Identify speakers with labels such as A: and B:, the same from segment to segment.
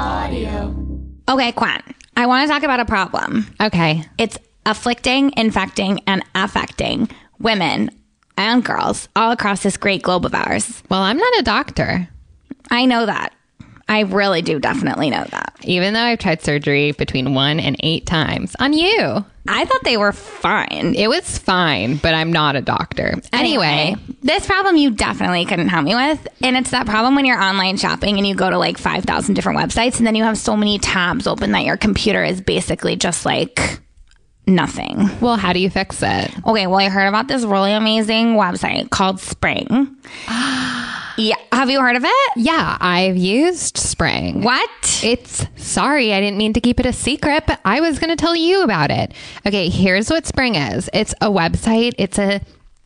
A: Radio.
B: Okay, Quan, I want to talk about a problem.
A: Okay.
B: It's afflicting, infecting, and affecting women and girls all across this great globe of ours.
A: Well, I'm not a doctor,
B: I know that. I really do definitely know that.
A: even though I've tried surgery between one and eight times on you.
B: I thought they were fine.
A: It was fine, but I'm not a doctor. Anyway,
B: this problem you definitely couldn't help me with. And it's that problem when you're online shopping and you go to like 5,000 different websites and then you have so many tabs open that your computer is basically just like nothing.
A: well, how do you fix it?
B: Okay, well, I heard about this really amazing website called Spring. yeah, have you heard of it?
A: Yeah, I've used Spring.
B: What?
A: It's sorry, I didn't mean to keep it a secret, but I was going to tell you about it. Okay, here's what Spring is it's a website, it's a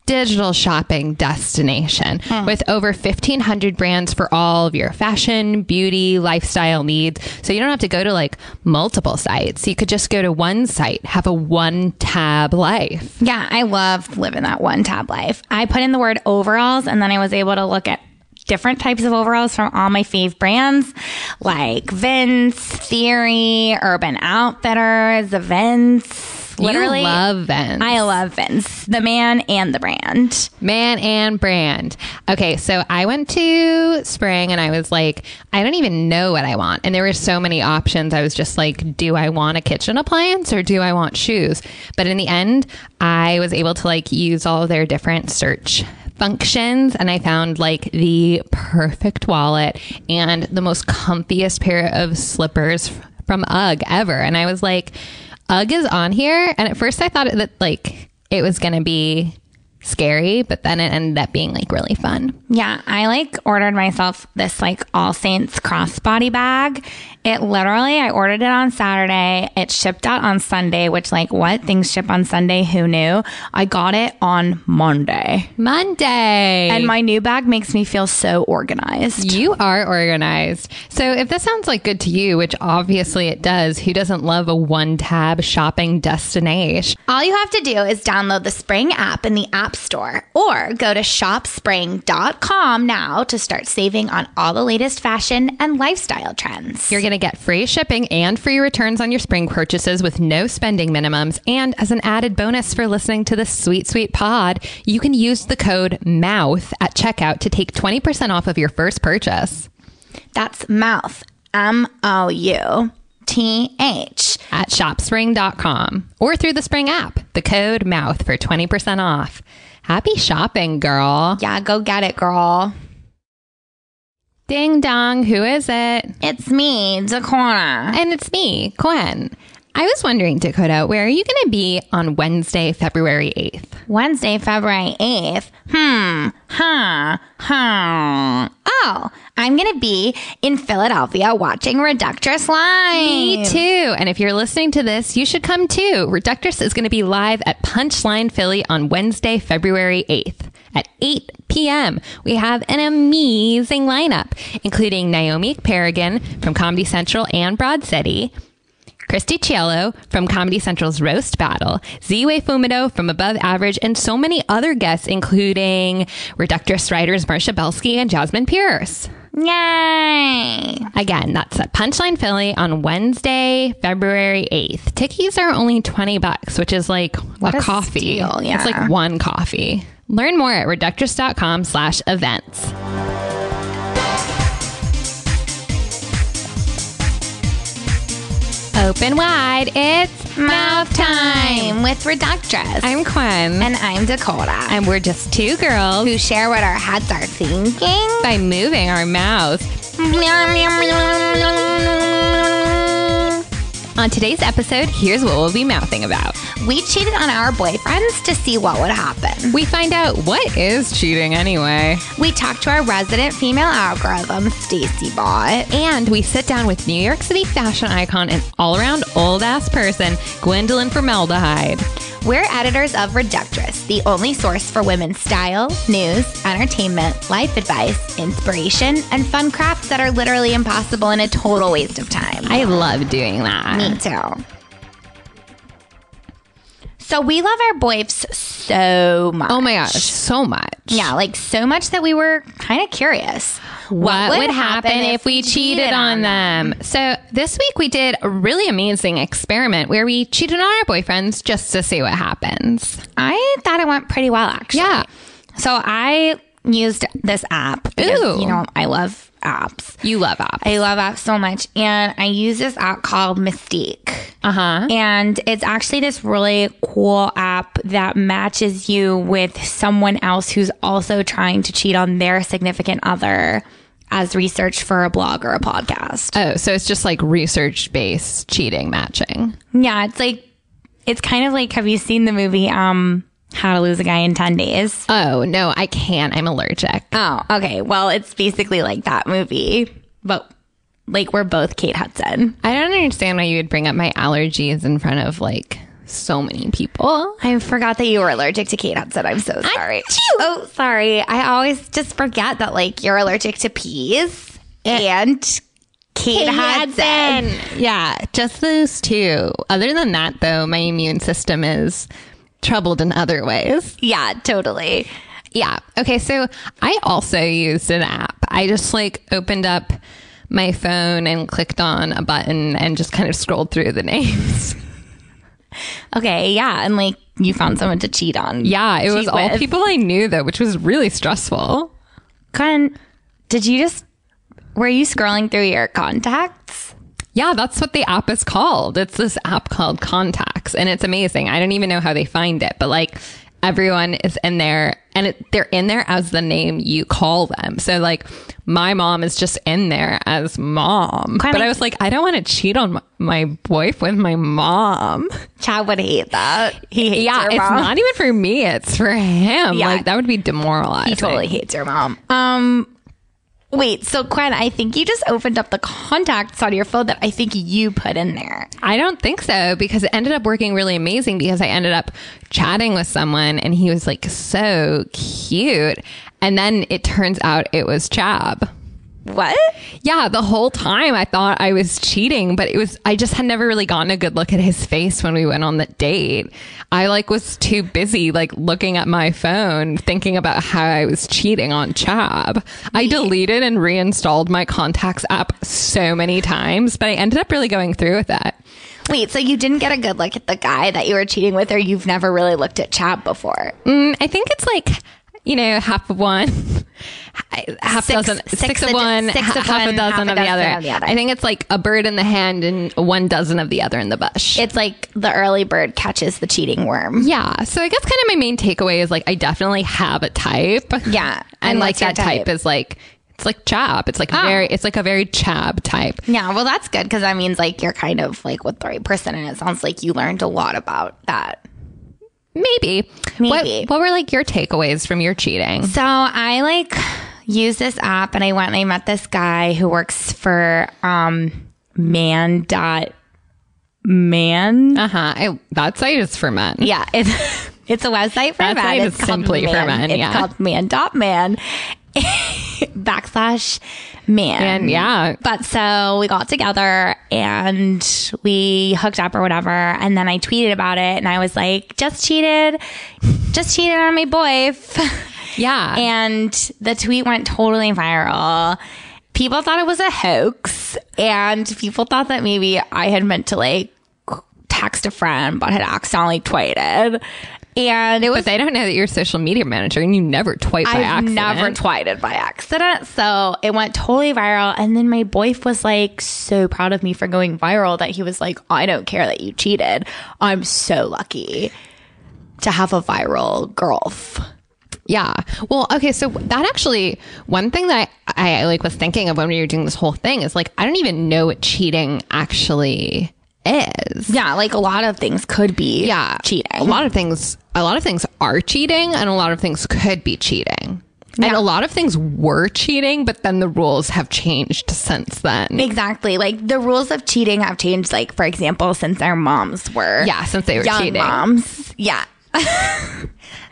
A: digital shopping destination with over 1,500 brands for all of your fashion, beauty, lifestyle needs. So you don't have to go to like multiple sites. You could just go to one site, have a one tab life.
B: Yeah, I loved living that one tab life. I put in the word overalls and then I was able to look at different types of overalls from all my fave brands like Vince, Theory, Urban Outfitters, the Vince. Literally,
A: you love Vans.
B: I love Vince, the man and the brand.
A: Man and brand. Okay, so I went to Spring and I was like, I don't even know what I want. And there were so many options. I was just like, do I want a kitchen appliance or do I want shoes? But in the end, I was able to like use all of their different search functions and I found like the perfect wallet and the most comfiest pair of slippers f- from UGG ever. And I was like, UGG is on here. And at first I thought that like it was going to be scary, but then it ended up being like really fun.
B: Yeah, I like ordered myself this like All Saints crossbody bag. It literally, I ordered it on Saturday. It shipped out on Sunday, which, like, what? Things ship on Sunday? Who knew? I got it on Monday.
A: Monday.
B: And my new bag makes me feel so organized.
A: you are organized. So if this sounds like good to you, which obviously it does, who doesn't love a one tab shopping destination?
B: All you have to do is download the Spring app in the App Store or go to shopspring.com now to start saving on all the latest fashion and lifestyle trends.
A: You're going to get free shipping and free returns on your spring purchases with no spending minimums. And as an added bonus for listening to this sweet, sweet pod, you can use the code MOUTH at checkout to take 20% off of your first purchase.
B: That's mouth. M O U T H.
A: at shopspring.com or through the Spring app. The code MOUTH for 20% off. Happy shopping, girl.
B: Yeah, go get it, girl.
A: Ding dong, who is it?
B: It's me, Dakota.
A: And it's me, Gwen. I was wondering, Dakota, where are you going to be on Wednesday, February 8th?
B: Wednesday, February 8th. Hmm. Huh. Huh. Oh, I'm going to be in Philadelphia watching Reductress Live.
A: Me too. And if you're listening to this, you should come too. Reductress is going to be live at Punchline Philly on Wednesday, February 8th at 8 p.m. We have an amazing lineup, including Naomi Paragon from Comedy Central and Broad City. Christy Cielo from Comedy Central's Roast Battle, Ziwe Fumido from Above Average, and so many other guests, including Reductress writers Marcia Belsky and Jasmine Pierce.
B: Yay.
A: Again, that's at Punchline Philly on Wednesday, February 8th. Tickies are only 20 bucks, which is like a,
B: a
A: coffee.
B: steal, yeah.
A: It's like one coffee. Learn more at reductress.com slash events. Open wide, it's mouth time.
B: I'm with Reductress.
A: I'm Quinn,
B: and I'm Dakota.
A: and we're just two girls
B: who share what our heads are thinking.
A: by moving our mouths. On today's episode, here's what we'll be mouthing about.
B: We cheated on our boyfriends to see what would happen.
A: We find out what is cheating anyway.
B: We talked to our resident female algorithm, Stacy Bott.
A: And we sit down with New York City fashion icon and all around old ass person, Gwendolyn Formaldehyde.
B: We're editors of Reductress, the only source for women's style, news, entertainment, life advice, inspiration, and fun crafts that are literally impossible and a total waste of time.
A: I love doing that.
B: Me too. So we love our boifs so much.
A: Oh my gosh, so much.
B: Yeah, like so much that we were kind of curious.
A: What, would happen, if we cheated, on them? So this week we did a really amazing experiment where we cheated on our boyfriends just to see what happens.
B: I thought it went pretty well, actually.
A: Yeah.
B: So I used this app. because,
A: Ooh.
B: You know, I love apps.
A: You love apps.
B: I love apps so much. And I use this app called Mystique.
A: Uh huh.
B: And it's actually this really cool app that matches you with someone else who's also trying to cheat on their significant other as research for a blog or a podcast.
A: Oh, so it's just like research based cheating matching.
B: Yeah, it's like it's kind of like have you seen the movie um How to Lose a Guy in 10 Days?
A: Oh, no, I can't. I'm allergic.
B: Oh, okay. Well, it's basically like that movie, but like we're both Kate Hudson.
A: I don't understand why you would bring up my allergies in front of like so many people.
B: I forgot that you were allergic to Kate Hudson. I'm so sorry. Oh, sorry. I always just forget that like you're allergic to peas and Kate, Hudson.
A: Yeah, just those two. Other than that, though, my immune system is troubled in other ways.
B: Yeah, totally.
A: Yeah. Okay. So I also used an app. I just like opened up my phone and clicked on a button and just kind of scrolled through the names.
B: Okay, yeah, and like you found someone to cheat on.
A: Yeah. It was
B: Cheat
A: all
B: with.
A: people I knew, though, which was really stressful.
B: Con, did you just were you scrolling through your contacts?
A: Yeah, that's what the app is called. It's this app called Contacts, and it's amazing. I don't even know how they find it, but like everyone is in there, and it, they're in there as the name you call them. So like, my mom is just in there as mom.
B: Kinda-
A: but I was like, I don't want to cheat on my, my wife with my mom.
B: Chad would hate that. He hates
A: Yeah,
B: your
A: it's
B: mom.
A: not even for me; it's for him.
B: Yeah.
A: Like that would be demoralizing.
B: He totally hates your mom. Um, wait. So Quinn, I think you just opened up the contacts on your phone that I think you put in there.
A: I don't think so because it ended up working really amazing because I ended up chatting with someone and he was like so cute. And then it turns out it was Chab.
B: What?
A: Yeah, the whole time I thought I was cheating, but it was I just had never really gotten a good look at his face when we went on the date. I like was too busy like looking at my phone thinking about how I was cheating on Chab. I deleted and reinstalled my contacts app so many times, but I ended up really going through with it.
B: Wait. So you didn't get a good look at the guy that you were cheating with, or you've never really looked at Chad before?
A: Mm, I think it's like you know half of one, half
B: Six-
A: dozen,
B: six
A: six of
B: of-
A: one,
B: six
A: ha-
B: of
A: half a
B: one, half
A: dozen
B: a
A: of the
B: dozen
A: other.
B: of the other.
A: I think it's like a bird in the hand and one dozen of the other in the bush.
B: It's like the early bird catches the cheating worm.
A: yeah, so I guess kind of my main takeaway is like I definitely have a type.
B: Yeah,
A: and,
B: and
A: like
B: what's your
A: that type?
B: type? Ah.
A: is like it's like chab. It's like very it's like a very chab type.
B: Yeah, well, that's good because that means like you're kind of like with the right person, and it sounds like you learned a lot about that.
A: Maybe.
B: Maybe.
A: What, what were like your takeaways from your cheating?
B: So I like use this app and I went and I met this guy who works for um man dot man.
A: Uh huh. I That site is for men.
B: Yeah, it's it's a website for
A: That
B: men.
A: site
B: It's
A: is
B: called
A: simply for
B: man.
A: men,
B: It's
A: yeah.
B: called man dot man backslash man.
A: And yeah,
B: But so we got together and we hooked up or whatever. And then I tweeted about it and I was like, just cheated, just cheated on my boy.
A: yeah.
B: And the tweet went totally viral. People thought it was a hoax, and people thought that maybe I had meant to like text a friend, but had accidentally tweeted. And it was
A: But they don't know that you're a social media manager and you never twipe by
B: I've
A: accident.
B: never tweeted by accident, so it went totally viral. And then my boyf was like so proud of me for going viral that he was like, "I don't care that you cheated. I'm so lucky to have a viral girl."
A: yeah. Well, okay. So that actually, one thing that I, I like was thinking of when we were doing this whole thing is like, I don't even know what cheating actually is.
B: Yeah, like a lot of things could be
A: Yeah. A
B: cheating.
A: lot of things, a lot of things are cheating and a lot of things could be cheating. And a lot of things were cheating, but then the rules have changed since then.
B: Exactly. Like the rules of cheating have changed. Like for example, since our moms were
A: Yeah. Since they were
B: young
A: cheating.
B: moms, yeah,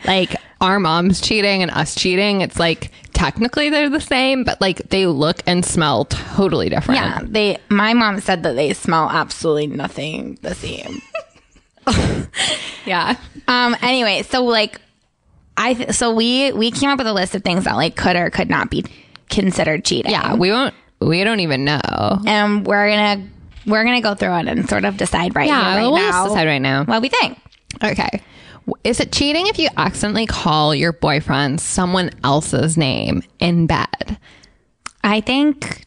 A: like our mom's cheating and us cheating, it's like technically they're the same, but like they look and smell totally different.
B: yeah. They. My mom said that they smell absolutely nothing the same.
A: Yeah.
B: Um. Anyway, so like, I th- so we we came up with a list of things that like could or could not be considered cheating.
A: Yeah. We won't, we don't even know.
B: And we're gonna we're gonna go through it and sort of decide right.
A: Yeah.
B: here, right
A: we'll just
B: now
A: decide right now.
B: what we think.
A: Okay. W- Is it cheating if you accidentally call your boyfriend someone else's name in bed?
B: I think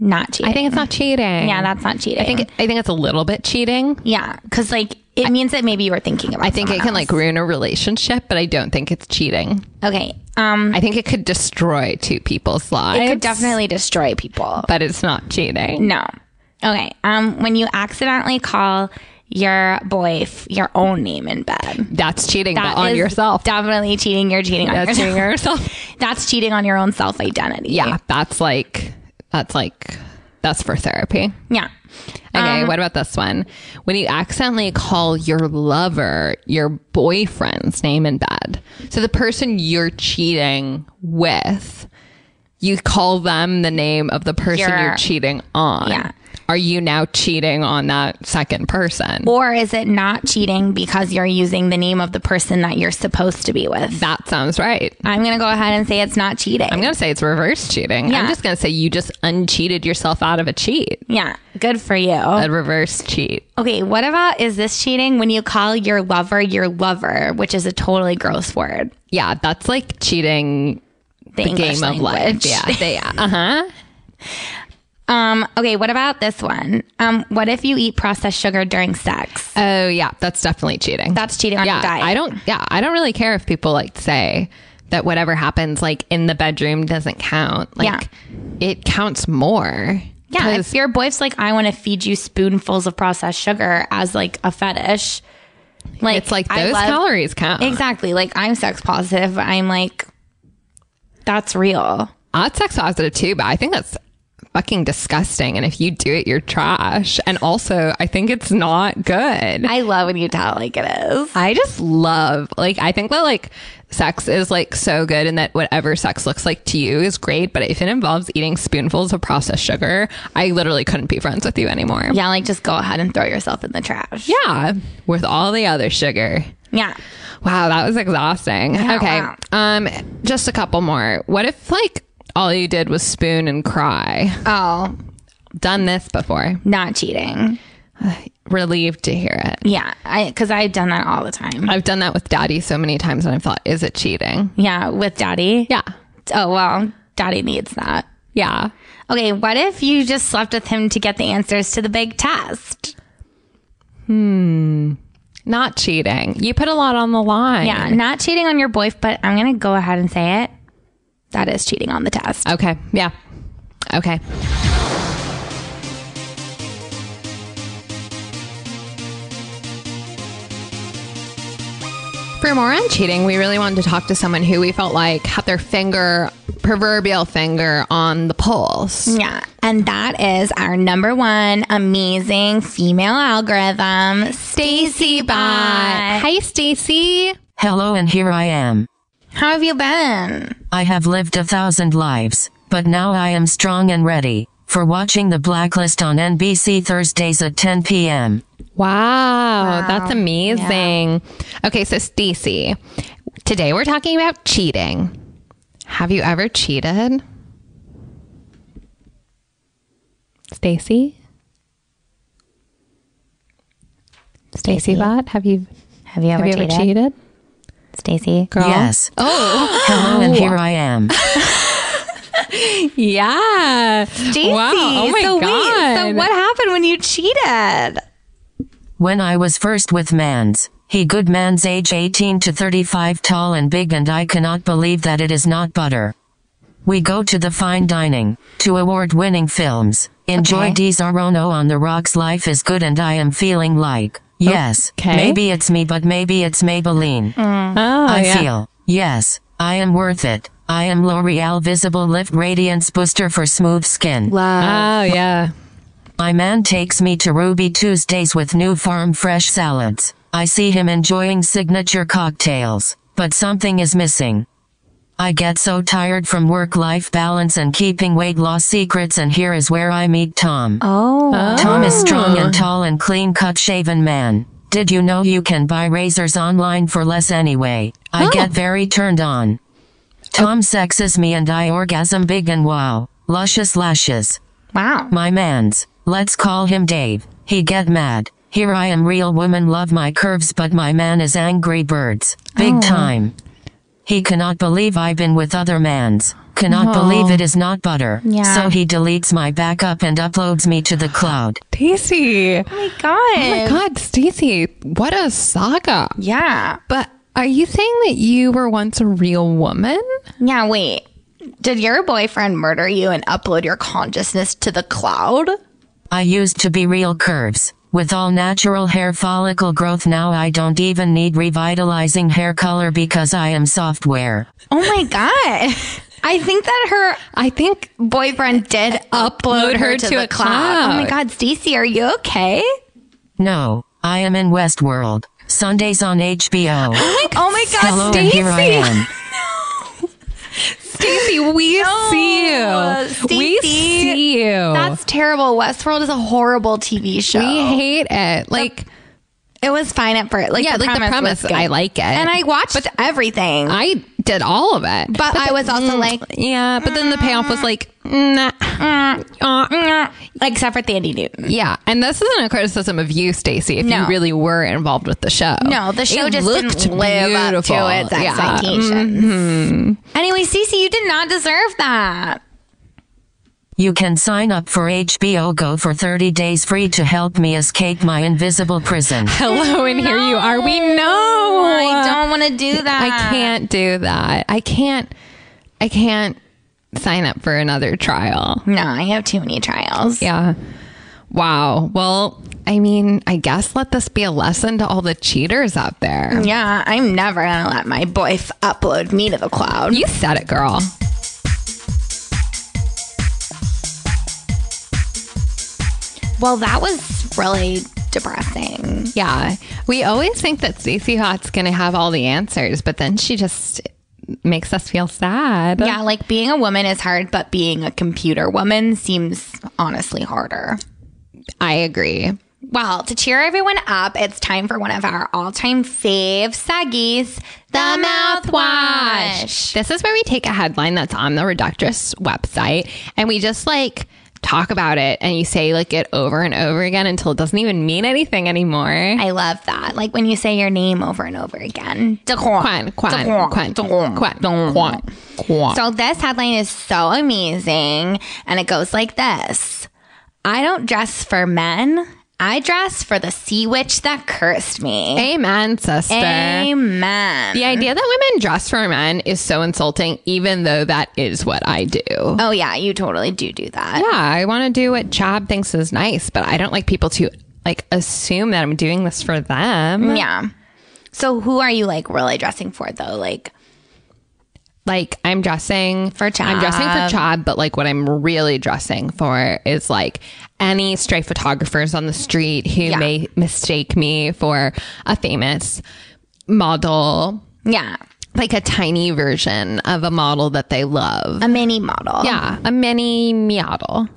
B: not cheating.
A: I think it's not cheating.
B: yeah, that's not cheating.
A: I think I think it's a little bit cheating.
B: yeah, because like it means that maybe you were thinking about.
A: I think it can like ruin a relationship, but I don't think it's cheating.
B: Okay. Um.
A: I think it could destroy two people's lives.
B: It could definitely destroy people.
A: but it's not cheating.
B: No. Okay. Um, when you accidentally call your boy f- your own name in bed,
A: That's cheating,
B: that
A: but on
B: is
A: yourself.
B: definitely cheating. You're cheating on
A: That's
B: yourself.
A: cheating on yourself.
B: That's cheating on your own self identity.
A: Yeah, that's like that's like that's for therapy.
B: Yeah.
A: Okay,
B: Um,
A: what about this one? When you accidentally call your lover your boyfriend's name in bed. So the person you're cheating with, you call them the name of the person
B: Your-
A: you're cheating on.
B: Yeah.
A: Are you now cheating on that second person?
B: Or is it not cheating because you're using the name of the person that you're supposed to be with?
A: that sounds right.
B: I'm gonna go ahead and say it's not cheating.
A: I'm going to say it's reverse cheating.
B: Yeah.
A: I'm just going to say you just uncheated yourself out of a cheat,
B: yeah. Good for you.
A: a reverse cheat.
B: Okay, what about is this cheating when you call your lover your lover, which is a totally gross word?
A: Yeah, that's like cheating
B: The,
A: the
B: English
A: game of life.
B: language.
A: Yeah. yeah. Uh-huh.
B: Um, okay, what about this one? Um, what if you eat processed sugar during sex?
A: Oh, yeah, that's definitely cheating.
B: That's cheating on
A: yeah,
B: your diet.
A: I don't. Yeah, I don't really care if people like say that whatever happens like in the bedroom doesn't count. Like it counts more.
B: yeah,
A: 'Cause-
B: if your boy's like, I want to feed you spoonfuls of processed sugar as like a fetish, like
A: it's like
B: I
A: those
B: love-
A: calories count.
B: Exactly. Like I'm sex positive. but I'm like, that's real.
A: Odd sex positive too, but I think that's fucking disgusting. And if you do it, you're trash. And also, I think it's not good.
B: I love when you tell like it is.
A: I just love like I think that like sex is like so good and that whatever sex looks like to you is great, but if it involves eating spoonfuls of processed sugar, I literally couldn't be friends with you anymore.
B: Yeah, like just go ahead and throw yourself in the trash.
A: Yeah, with all the other sugar.
B: Yeah.
A: Wow, that was exhausting. okay.
B: wow.
A: Um just a couple more. What if like all you did was spoon and cry?
B: Oh,
A: Done this before.
B: not cheating.
A: Relieved to hear it.
B: Yeah. I, cause I've done that all the time.
A: I've done that with daddy so many times and I've thought, is it cheating?
B: Yeah. With daddy.
A: Yeah.
B: Oh, well, daddy needs that.
A: Yeah.
B: Okay, what if you just slept with him to get the answers to the big test?
A: Not cheating. You put a lot on the line.
B: Yeah, not cheating on your boyfriend, but I'm going to go ahead and say it. That is cheating on the test.
A: Okay. Yeah. Okay. For more on cheating, we really wanted to talk to someone who we felt like had their finger, proverbial finger, on the pulse.
B: Yeah, and that is our number one amazing female algorithm, Stacy Bot. How
A: Hi, Stacy.
C: Hello, and here I am.
B: have you been?
C: I have lived a thousand lives, but now I am strong and ready for watching The Blacklist on NBC Thursdays at 10 p.m.
A: Wow, that's amazing. Okay, so Stacy, today we're talking about cheating. Have you ever cheated? Stacy? Stacy Bot, have you
B: Have you ever,
A: have you ever
B: cheated,
A: cheated?
B: Stacy?
A: Girl?
C: Yes. Oh. Hello, and here I am.
A: Yeah.
B: Stacy,
A: Wow. Oh my
B: so
A: god.
B: wait, so what happened when you cheated?
C: When I was first with Mans, he good man's age 18 to 35 tall and big and I cannot believe that it is not butter. We go to the fine dining, to award winning films, enjoy
B: Okay.
C: D's Arono on the rocks life is good and I am feeling like, yes,
A: Okay.
C: maybe it's me but maybe it's Maybelline.
A: Oh,
C: I
A: yeah.
C: feel, yes, I am worth it. I am L'Oreal Visible Lift Radiance Booster for smooth skin.
A: Oh yeah.
C: My man takes me to Ruby Tuesdays with new farm fresh salads. I see him enjoying signature cocktails, but something is missing. I get so tired from work life balance and keeping weight loss secrets, and here is where I meet Tom.
B: Oh,
C: Tom is strong and tall and clean cut shaven man. Did you know you can buy razors online for less anyway? I
A: Oh.
C: get very turned on. Tom sexes me and I orgasm big and wow. Luscious lashes.
B: Wow.
C: My man's. Let's call him Dave. He get mad. Here I am real woman love my curves but my man is angry birds. Big time. He cannot believe I've been with other mans. Cannot believe it is not butter.
B: Yeah.
C: So he deletes my backup and uploads me to the cloud.
A: Stacy.
B: Oh
A: Oh
B: my God.
A: my God, Stacy, what a saga.
B: Yeah.
A: But are you saying that you were once a real woman?
B: Yeah, wait. Did your boyfriend murder you and upload your consciousness to the cloud?
C: I used to be real curves. With all natural hair follicle growth now I don't even need revitalizing hair color because I am software.
B: Oh my God. I think that her
A: I think
B: boyfriend did upload, her, to, a cloud. Oh my
A: cloud.
B: God, Stacey, are you okay?
C: No, I am in Westworld. Sundays on HBO.
B: Oh my God,
C: Hello and here I am.
A: Stacy, we see you. We
B: Stacey,
A: see you.
B: That's Oh. terrible. Westworld is a horrible TV show.
A: we hate it. Like
B: it was fine at first. Like
A: yeah,
B: the
A: like the
B: premise was
A: premise.
B: good.
A: I like it,
B: and I watched everything.
A: I did all of it, mm,
B: but, I was also like,
A: yeah. But then the payoff was like, nah, uh,
B: "Mm," except for Thandi Newton.
A: yeah. And this isn't a criticism of you, Stacy. If
B: No.
A: you really were involved with the show,
B: No, the show
A: It
B: just didn't live
A: beautiful.
B: up to its
A: Yeah.
B: expectations. Mm-hmm. Anyway, Cece, you did not deserve that.
C: You can sign up for HBO Go for 30 days free to help me escape my invisible prison.
A: Hello, and here you are. We know.
B: I don't want to do that.
A: I can't do that. I can't. I can't sign up for another trial.
B: No, I have too many trials.
A: Yeah. Wow. Well, I mean, I guess let this be a lesson to all the cheaters out there.
B: Yeah, I'm never gonna let my boy f- upload me to the cloud.
A: You said it, girl.
B: Well, that was really depressing.
A: Yeah. We always think that Stacey Hot's going to have all the answers, but then she just makes us feel sad.
B: Yeah, like being a woman is hard, but being a computer woman seems honestly harder.
A: I agree.
B: Well, to cheer everyone up, it's time for one of our all-time fave saggies, the mouthwash.
A: This is where we take a headline that's on the Reductress website and we just like talk about it and you say like it over and over again until it doesn't even mean anything anymore.
B: I love that. Like when you say your name over and over again. Daquan.
A: Quan, quan,
B: Daquan.
A: quan,
B: Daquan.
A: quan,
B: Daquan.
A: quan, quan.
B: So this headline is so amazing and it goes like this. I don't dress for men. I dress for the sea witch that cursed me.
A: Amen, sister.
B: Amen.
A: The idea that women dress for men is so insulting, even though that is what I do.
B: Oh yeah, you totally do do that.
A: Yeah, I want to do what Chab thinks is nice, but I don't like people to like assume that I'm doing this for them.
B: Yeah. So who are you like really dressing for though? Like
A: Like I'm dressing
B: For
A: I'm dressing
B: Chab.
A: for Chab, but like what I'm really dressing for is like any stray photographers on the street who
B: Yeah.
A: may mistake me for a famous model.
B: yeah,
A: like a tiny version of a model that they love.
B: a mini model.
A: Yeah, a mini model.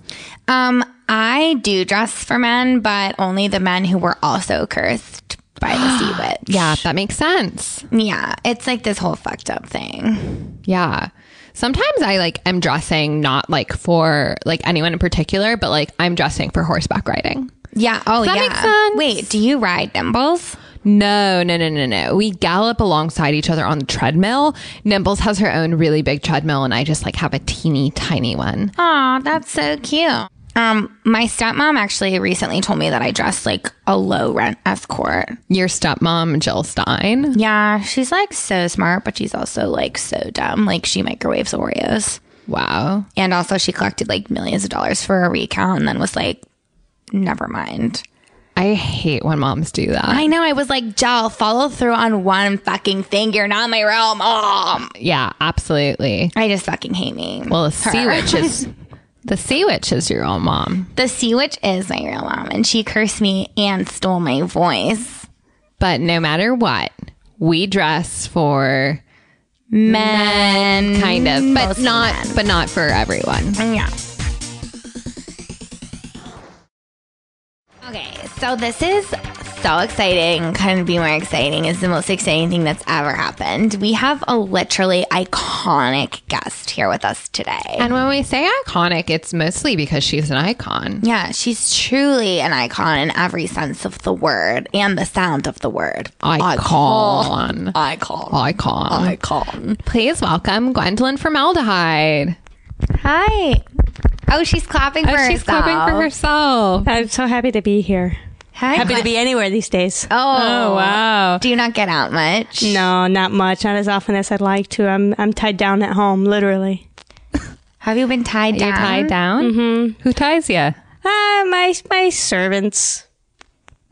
B: Um, I do dress for men, but only the men who were also cursed by the sea witch.
A: Yeah, that makes sense.
B: Yeah. It's like this whole fucked up thing.
A: Yeah. Sometimes I like am dressing not like for like anyone in particular, but like I'm dressing for horseback riding.
B: Yeah. Oh,
A: that
B: yeah.
A: make sense?
B: Wait, do you ride Nimbles?
A: No, no, no, no, no. We gallop alongside each other on the treadmill. Nimbles has her own really big treadmill, and I just like have a teeny tiny one.
B: Aw, that's so cute. Um, my stepmom actually recently told me that I dress like a low rent escort.
A: Your stepmom, Jill Stein.
B: Yeah, she's like so smart, but she's also like so dumb. Like she microwaves Oreos.
A: Wow.
B: And also she collected like millions of dollars for a recount and then was like, never mind.
A: I hate when moms do that.
B: I know. I was like, Jill, follow through on one fucking thing. You're not my real mom.
A: yeah, absolutely.
B: I just fucking hate me.
A: Well, the sea witch is the sea witch is your own mom,
B: the sea witch is my real mom, and she cursed me and stole my voice.
A: but no matter what, we dress for
B: Men,
A: kind of, but
B: mostly
A: not,
B: men.
A: but not for everyone.
B: Yeah. Okay, so this is so exciting. Couldn't be more exciting. It's the most exciting thing that's ever happened. We have a literally iconic guest here with us today.
A: And when we say iconic, it's mostly because she's an icon.
B: Yeah, she's truly an icon in every sense of the word and the sound of the word.
A: Icon.
B: Icon.
A: Icon.
B: Icon.
A: Please welcome Gwendolyn Formaldehyde.
B: Hi. Oh, she's clapping for
A: Oh, she's
B: herself.
A: clapping for herself.
D: I'm so happy to be here.
B: Hi,
D: Happy
B: Gwen-
D: to be anywhere these days.
B: Oh.
A: wow.
B: Do you not get out much?
D: No, not much. Not as often as I'd like to. I'm I'm tied down at home, literally.
B: Have you been tied
A: You're
B: down?
A: tied down? Mm-hmm. Who ties you?
D: Ah, my my servants.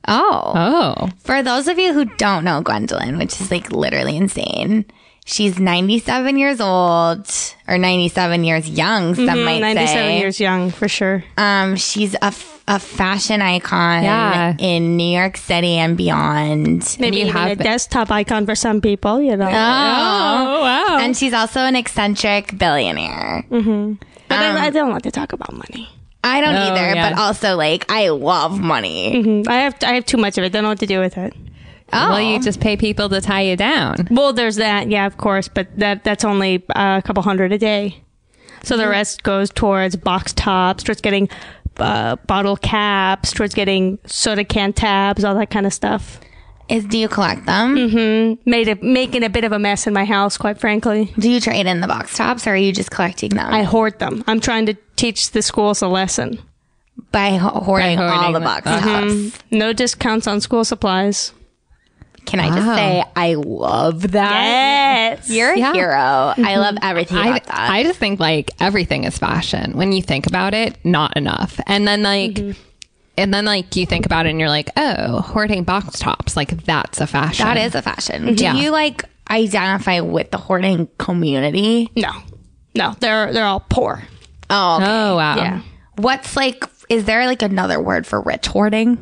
B: Oh.
A: Oh.
B: For those of you who don't know Gwendolyn, which is like literally insane, she's 97 years old or 97 years young, some
A: Mm-hmm,
B: might
D: Mm, 97
B: say.
D: years young for sure.
B: Um, she's a, f- a fashion icon
A: Yeah.
B: in New York City and beyond.
D: Maybe
A: you
D: even
A: have
D: a
A: been-
D: desktop icon for some people. You know.
A: Oh, wow.
B: And she's also an eccentric billionaire.
D: but I, I don't want to talk about money.
B: I don't
A: Oh,
B: either,
A: yeah.
B: but also like I love money.
D: Mm, I have I have too much of it. Don't know what to do with it.
A: Well, you just pay people to tie you down.
D: Well, there's that. Yeah, of course, but that that's only uh, a couple hundred a day. So the rest goes towards box tops, towards getting uh, bottle caps, towards getting soda can tabs, all that kind of stuff.
B: Is do you collect them?
A: Hmm.
D: Made it making a bit of a mess in my house, quite frankly.
B: Do you trade in the box tops or are you just collecting them?
D: I hoard them. I'm trying to teach the schools a lesson.
B: by ho- hoarding,
A: By hoarding
B: all the
A: the
B: box
A: box. Mm-hmm.
B: tops.
D: No discounts on school supplies.
B: Can I just
A: Wow.
B: say I love that?
D: Yes.
B: You're a
A: Yeah. Mm-hmm.
B: hero. I love everything about
A: I,
B: that.
A: I just think like everything is fashion when you think about it, not enough. And then like,
B: Mm-hmm.
A: and then like you think about it and you're like, oh, hoarding box tops, like that's a fashion.
B: that is a fashion. Do
A: Mm-hmm. Yeah.
B: you like identify with the hoarding community?
D: No, no, they're they're all poor.
B: Oh, okay.
A: Oh wow.
D: Yeah,
B: what's like? Is there like another word for rich hoarding?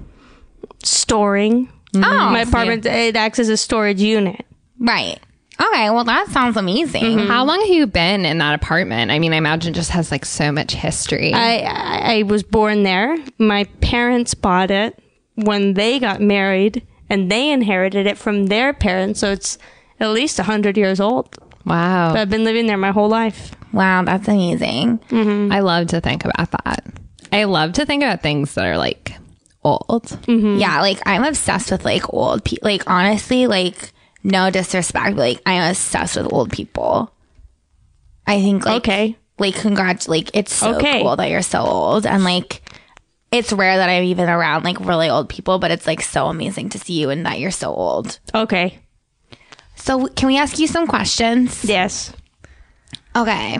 D: storing.
A: Mm-hmm.
B: Oh,
D: my apartment it acts as a storage unit.
B: right. Okay. Well, that sounds amazing.
A: How long have you been in that apartment? I mean, I imagine it just has like so much history.
D: I, I I was born there. My parents bought it when they got married, and they inherited it from their parents. So it's at least hundred years old.
A: wow.
D: I've been living there my whole life.
B: Wow, that's amazing.
A: I love to think about that. I love to think about things that are like old.
D: Mm-hmm.
B: Yeah, like I'm obsessed with like old people. Like honestly, like no disrespect, but like I'm obsessed with old people. I think like
D: Okay.
B: like congrats, like it's so
D: Okay.
B: cool that you're so old and like it's rare that I'm even around like really old people, but it's like so amazing to see you and that you're so old.
D: Okay.
B: So can we ask you some questions?
D: Yes.
B: Okay.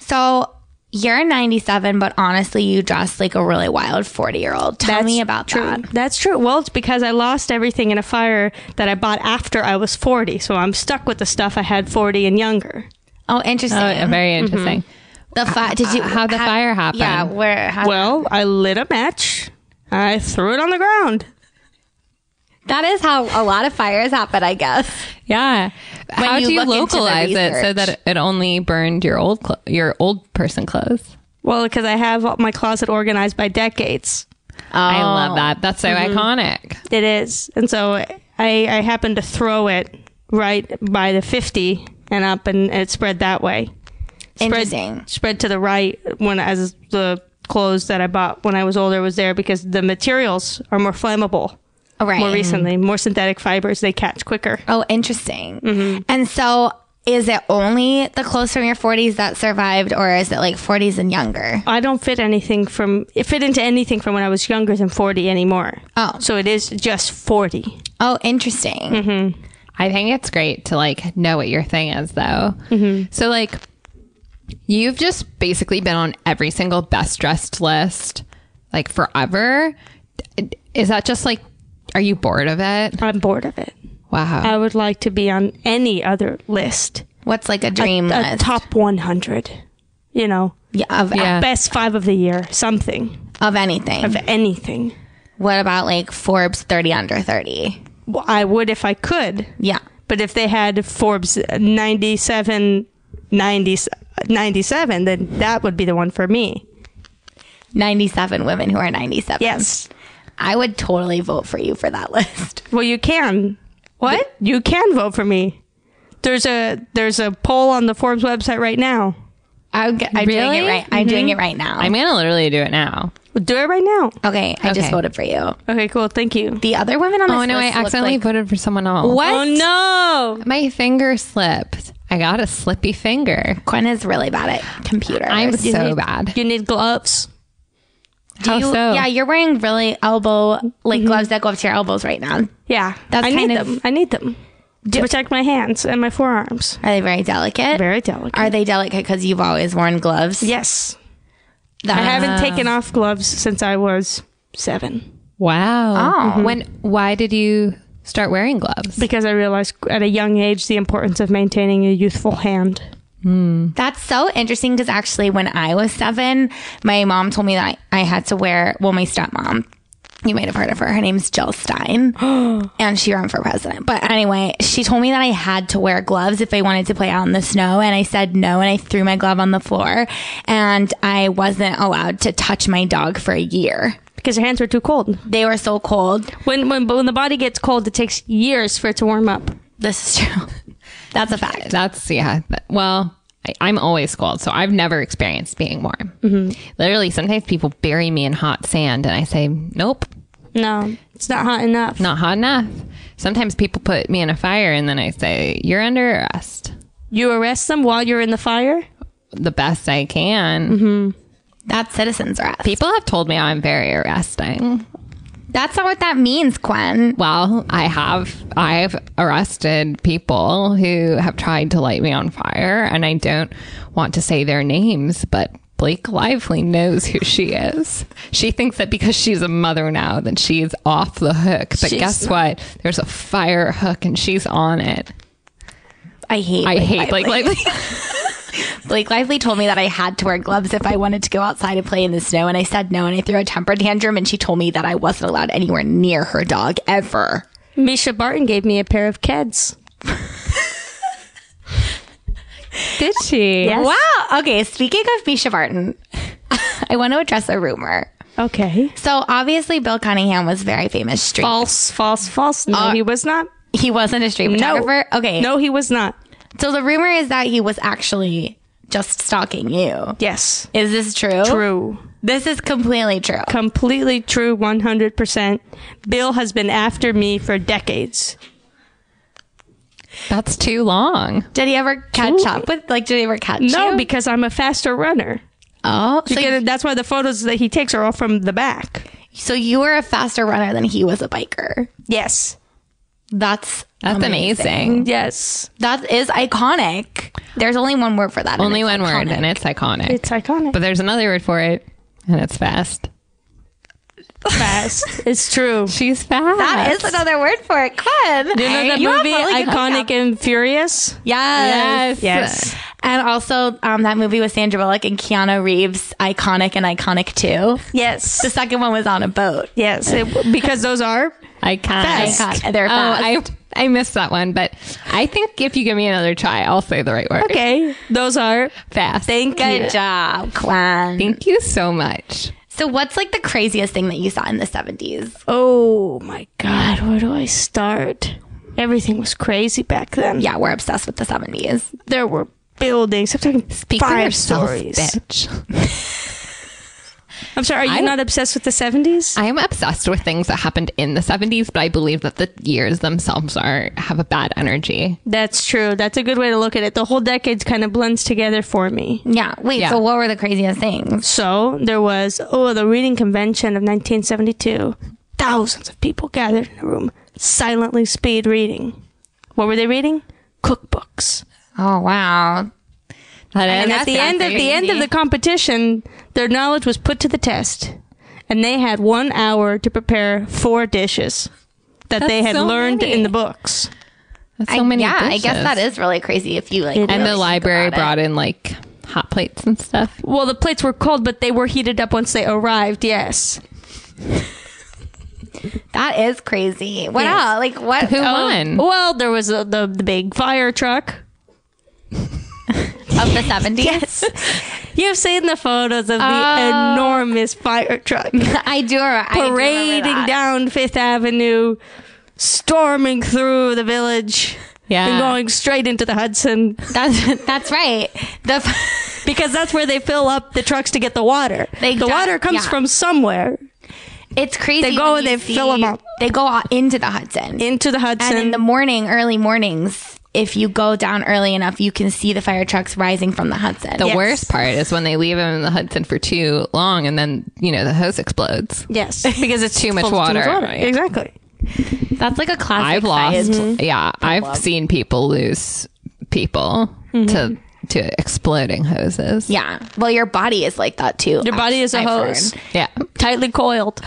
B: So you're 97, but honestly, you dress like a really wild 40 year old. Tell me about
D: true.
B: that.
D: That's true. Well, it's because I lost everything in a fire that I bought after I was 40. So I'm stuck with the stuff I had 40 and younger.
B: Oh, interesting.
A: Oh,
D: Uh,
A: very interesting.
B: The fire? Did you?
A: how the fire happened.
B: Mm-hmm. Yeah, where? How,
D: Well, I lit a match. I threw it on the ground.
B: that is how a lot of fires happen, I guess.
A: Yeah. How
B: you
A: do you
B: look into the
A: localize it so
B: research.
A: that it only burned your old clo- your old person clothes?
D: Well, because I have all my closet organized by decades.
A: I love that. That's so iconic.
D: It is. And so I, I happened to throw it right by the 50 and up, and it spread that way.
B: Interesting.
D: Spread, spread to the right when as the clothes that I bought when I was older was there because the materials are more flammable.
B: All right.
D: More recently, more synthetic fibers they catch quicker.
B: Oh, interesting. And so, is it only the clothes from your 40s that survived, or is it like 40s and younger?
D: I don't fit anything from it fit into anything from when I was younger than 40 anymore.
B: Oh.
D: So it is just 40.
B: Oh, interesting.
A: I think it's great to like know what your thing is though. So like you've just basically been on every single best dressed list like forever. D- Is that just like are you bored of it?
D: I'm bored of it.
A: Wow.
D: I would like to be on any other list.
B: What's like a dream
D: A
B: list
D: top 100. You know,
B: Yeah, of
A: Yeah.
D: best 5 of the year, something
B: of anything?
D: of anything.
B: what about like Forbes 30 under 30?
D: Well, I would if I could.
B: Yeah.
D: But if they had Forbes 97 90, 97, then that would be the one for me.
B: 97 women who are 97.
D: Yes.
B: I would totally vote for you for that list.
D: Well, you can. What? You can vote for me. There's a there's a poll on the Forbes website right now.
B: I'm, g- I'm doing it
A: Really?
B: right. Mm-hmm. I'm doing it right now.
A: I'm gonna literally do it now.
D: Do it right now.
B: okay, I just
A: Okay.
B: voted for you.
D: Okay, cool. Thank you.
B: The other women on this
A: Oh no, I
B: list look
A: accidentally
B: like-
A: voted for someone else.
B: what?
D: Oh no.
A: My finger slipped. I got a slippy finger.
B: Quinn is really bad at computers.
A: I'm
B: Do
A: so bad.
D: You need gloves.
A: How
B: you-
A: so? Mm-hmm.
B: Yeah, you're wearing really elbow like gloves that go up to your elbows right now.
D: Yeah.
B: That's
D: I
B: kind
D: need
B: of-
D: them. I need them. To protect my hands and my forearms.
B: Are they very delicate?
D: Very delicate.
B: Are they delicate because you've always worn gloves?
D: yes.
B: That-
D: I haven't taken off gloves since I was seven.
A: Wow. When? Why did you start wearing gloves?
D: Because I realized at a young age the importance of maintaining a youthful hand.
B: That's so interesting because actually, when I was seven, my mom told me that I had to wear, well, my stepmom, you might have heard of her. Her name's Jill Stein, and she ran for president. But anyway, she told me that I had to wear gloves if I wanted to play out in the snow. And I said no, and I threw my glove on the floor, and I wasn't allowed to touch my dog for a year.
D: Because your hands were too cold.
B: They were so cold.
D: When when but when the body gets cold, it takes years for it to warm up.
B: This is true. That's a fact.
A: That's yeah. But- Well, I, I'm always cold, so I've never experienced being warm. Literally, sometimes people bury me in hot sand, and I say, "Nope,
D: No, it's not hot enough.
A: not hot enough." Sometimes people put me in a fire, and then I say, "You're under arrest."
D: You arrest them while you're in the fire.
A: The best I can.
B: That's citizens arrest.
A: People have told me I'm very arresting.
B: That's not what that means, Gwen.
A: Well, I have I've arrested people who have tried to light me on fire and I don't want to say their names, but Blake Lively knows who she is. She thinks that because she's a mother now that she's off the hook. But guess what? There's a fire hook and she's on it.
B: I hate.
A: I
B: Blake
A: hate Blake
B: Lively.
A: Lively.
B: Blake Lively told me that I had to wear gloves if I wanted to go outside and play in the snow, and I said no, and I threw a temper tantrum, and she told me that I wasn't allowed anywhere near her dog ever.
D: Misha Barton gave me a pair of Keds.
A: Did she?
D: Yes.
B: Wow. Okay. Speaking of Misha Barton, I want to address a rumor.
D: Okay.
B: So obviously, Bill Cunningham was very famous street.
D: False, false, false. No, he was not.
B: He wasn't a street
D: Uh, No.
B: photographer. Okay.
D: No, he was not.
B: So the rumor is that he was actually just stalking you.
D: Yes.
B: Is this true?
D: True.
B: This is completely true.
D: Completely true. One hundred percent. Bill has been after me for decades.
A: That's too long.
B: Did he ever catch up with? Like, did he ever catch
D: No,
B: you?
D: because I'm a faster runner.
B: oh, so
D: Because that's why the photos that he takes are all from the back.
B: So you were a faster runner than he was a biker.
D: Yes.
B: That's
A: That's amazing.
D: Yes.
B: That is iconic. There's only one word for that. and
A: Only
B: it's
A: one word
B: iconic.
A: and it's iconic.
D: It's iconic.
A: but there's another word for it and it's fast.
D: fast. it's true.
A: She's fast.
B: That is another word for it. Quinn.
D: You know the
B: You are
D: movie
B: really good at
D: Iconic
B: that.
D: and Furious?
B: Yes.
A: Yes. Yes.
B: And also, um, that movie with Sandra Bullock and Keanu Reeves, iconic and iconic too. The
D: Yes.
B: second one was on a boat.
D: Yes. It- because those are
A: Iconic.
B: Fast. They're
A: Oh,
B: fast.
A: I I missed that one, but I think if you give me another try, I'll say the right word.
D: okay. Those are
A: Fast. Thank
B: Good job, Quinn.
A: Thank you so much.
B: so, what's like the craziest thing that you saw in the 70s?
D: Oh my god, where do I start? Everything was crazy back then.
B: Yeah, we're obsessed with the 70s.
D: There were buildings. I'm talking
A: Speak for
D: five
A: yourself,
D: stories.
A: bitch.
D: I'm sorry, are you not obsessed with the 70s?
A: I am obsessed with things that happened in the 70s, but I believe that the years themselves are have a bad energy.
D: That's true. That's a good way to look at it. The whole decade kind of blends together for me.
B: Yeah. Wait,
A: Yeah.
B: so what were the craziest things?
D: So there was, oh, the reading convention of 1972. Thousands of people gathered in a room, silently speed reading. What were they reading? Cookbooks.
B: Oh, wow.
A: That
D: And at the end, at the end of the competition, their knowledge was put to the test, and they had one hour to prepare four dishes that they had
A: so
D: learned
A: many.
D: in the books.
A: That's so many.
B: yeah, I guess
A: dishes.
B: that is really crazy if you like.
A: And the
B: really
A: library
B: think about
A: brought
B: it.
A: in like hot plates and stuff.
D: Well, the plates were cold, but they were heated up once they arrived. Yes,
B: That is crazy. What
D: Yes.
B: else? Like what?
A: Who
B: oh,
A: won?
D: Well, there was a, the the big fire truck.
B: of the seventies? yes.
D: You've seen the photos of the enormous fire truck
B: I do. remember- I do remember
D: parading
B: that.
D: down Fifth Avenue, storming through the village,
A: Yeah.
D: and going straight into the Hudson
B: That's that's right. The
D: because that's where they fill up the trucks to get the water.
B: They
D: the
B: dump-
D: water comes
B: yeah.
D: from somewhere
B: it's crazy.
D: They go
B: when
D: and
B: you
D: they fill
B: see-
D: 'em up.
B: They go out into the Hudson.
D: into the Hudson.
B: and in the morning, early mornings, if you go down early enough, you can see the fire trucks rising from the Hudson.
A: The worst part is when they leave them in the Hudson for too long and then, you know, the hose explodes.
D: yes,
A: Because it's too much
D: Full of too
A: water.
D: much Exactly.
B: That's like a classic.
A: I've lost. Mm-hmm. Yeah. I've seen people lose people to to exploding hoses.
B: Mm-hmm. Yeah. Well, your body is like that too.
D: Your body is a
B: I've heard.
D: hose,
A: Yeah.
D: tightly coiled.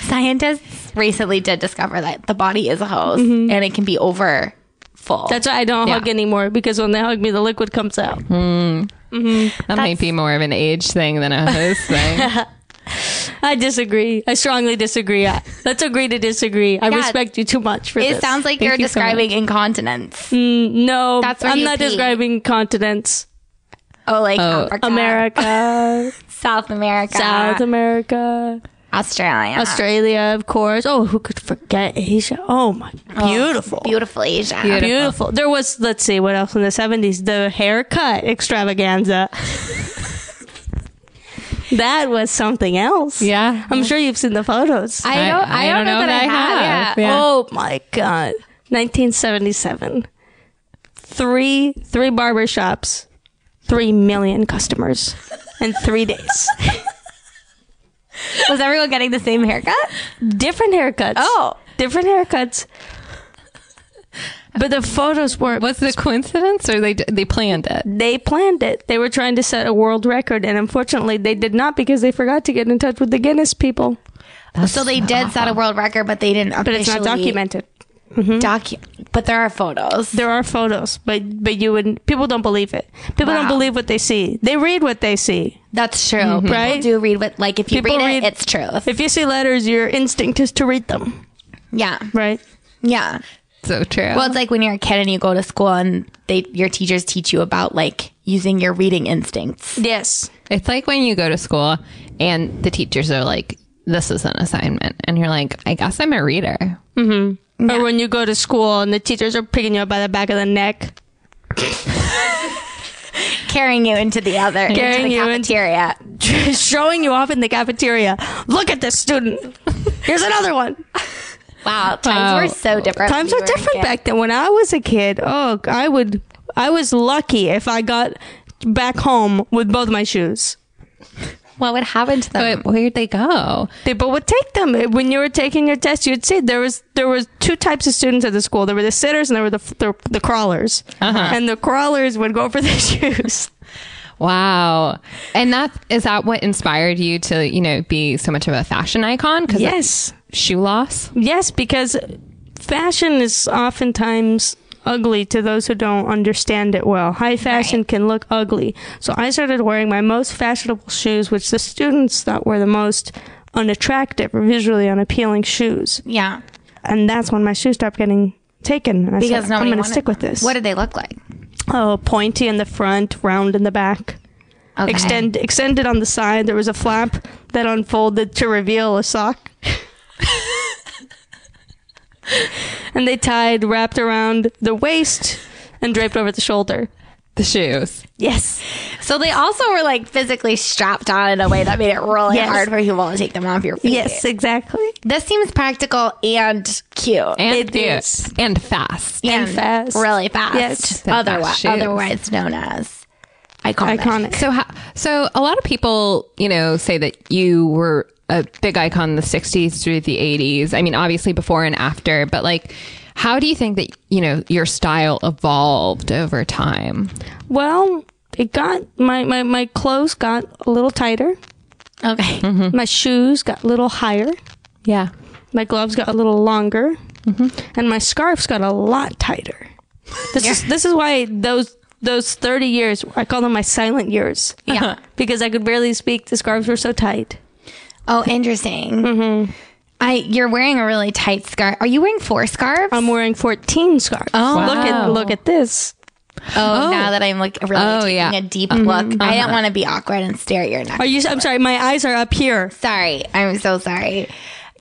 B: Scientists recently did discover that the body is a hose and it can be over full.
D: That's why I don't hug
A: Yeah.
D: anymore because when they hug me, the liquid comes out.
B: Mm-hmm.
A: That might be more of an age thing than a hose thing.
D: I disagree. I strongly disagree. I- Let's agree to disagree. I
B: Yeah.
D: respect you too much for
B: it
D: this.
B: sounds like
A: Thank
B: you're
A: you so much.
B: describing incontinence.
D: no.
B: That's where
D: I'm
B: you
D: not
B: pee.
D: describing continents.
B: Oh, like Africa,
D: America,
B: South America,
D: South America,
B: Australia,
D: Australia, of course. Oh, who could forget Asia? Oh my, beautiful,
B: beautiful Asia.
D: beautiful. There was, let's see, what else in the seventies? The haircut extravaganza. that was something else.
A: Yeah.
D: I'm sure you've seen the photos.
B: I don't, I, don't know, that I have. Yeah. Oh,
D: Oh my god. 1977. Three three barber shops, 3 million customers in 3 days.
B: was everyone getting the same haircut?
D: Different haircuts.
B: Oh.
D: different haircuts. But the photos were
A: Was the coincidence or they they planned it?
D: they planned it. They were trying to set a world record and unfortunately they did not because they forgot to get in touch with the Guinness people.
B: so they did set a world record, but they didn't.
D: But it's not documented.
B: Docu- but there are photos.
D: There are photos, but but you would people don't believe it. People don't
B: Wow.
D: believe what they see. They read what they see.
B: That's true. People
D: Right?
B: do read what, like, if you
D: People
B: read,
D: read-
B: it, it's truth.
D: If you see letters, your instinct is to read them,
B: yeah.
D: right?
B: Yeah.
A: So true.
B: Well, it's like when you're a kid and you go to school and they your teachers teach you about like using your reading instincts.
D: Yes.
A: It's like when you go to school and the teachers are like, this is an assignment. And you're like, I guess I'm a reader.
D: Or when you go to school and the teachers are picking you up by the back of the neck.
B: Carrying you into the other into
D: Carrying
B: the
D: you in-
B: cafeteria.
D: Showing you off in the cafeteria. Look at this student. Here's another one.
B: Wow, times were so different.
D: Times
B: when
D: are
B: we were a
D: different
B: kid.
D: back then. When I was a kid, oh, I would, I was lucky if I got back home with both my shoes.
B: What would happen to them?
A: But where'd they go?
D: People would take them when you were taking your test. You'd see there was there was two types of students at the school. There were the sitters and there were the the, the crawlers. And the crawlers would go for the shoes.
A: Wow. And that is that what inspired you to, you know, be so much of a fashion icon? Because
D: Yes.
A: shoe loss.
D: Yes, because fashion is oftentimes ugly to those who don't understand it well. High fashion can look ugly. So I started wearing my most fashionable shoes, which the students thought were the most unattractive or visually unappealing shoes.
B: yeah,
D: And that's when my shoes stopped getting taken. And I
B: because
D: said, I'm
B: nobody
D: going to
B: wanted
D: stick with
B: them.
D: this.
B: What did they look like?
D: Oh, pointy in the front, round in the back.
B: Okay.
D: Extend extended on the side. There was a flap that unfolded to reveal a sock. and they tied wrapped around the waist and draped over the shoulder.
A: The shoes.
D: Yes.
B: So they also were like physically strapped on in a way that made it really
D: Yes.
B: hard for people to take them off your feet.
D: Yes, exactly.
B: This seems practical and cute.
A: And
D: It
A: cute.
D: is.
A: And fast.
B: And
D: fast.
B: Really fast.
D: Yes.
A: They're
B: Otherwise,
A: fast shoes.
B: otherwise known as iconic.
D: Iconic.
A: So, how, so a lot of people, you know, say that you were a big icon in the '60s through the '80s. I mean, obviously before and after, but like, how do you think that you know your style evolved over time?
D: Well, it got my, my, my clothes got a little tighter.
B: Okay.
A: Mm-hmm.
D: My shoes got a little higher.
A: Yeah,
D: My gloves got a little longer, and my scarves got a lot tighter. This is this is why those those thirty years I call them my silent years.
B: Yeah.
D: because I could barely speak. The scarves were so tight.
B: Oh, interesting. Mm-hmm. I you're wearing a really
A: Um,
B: tight scarf. Are you wearing four scarves?
D: I'm wearing fourteen scarves.
B: Oh.
D: look at
A: Wow.
D: look at this.
B: Oh, now that I'm like really
A: Oh,
B: taking
A: yeah. Uh-huh.
B: a deep look, I don't want to be awkward and stare at your neck.
D: Are you? I'm sorry, my eyes are up here.
B: Sorry, I'm so sorry.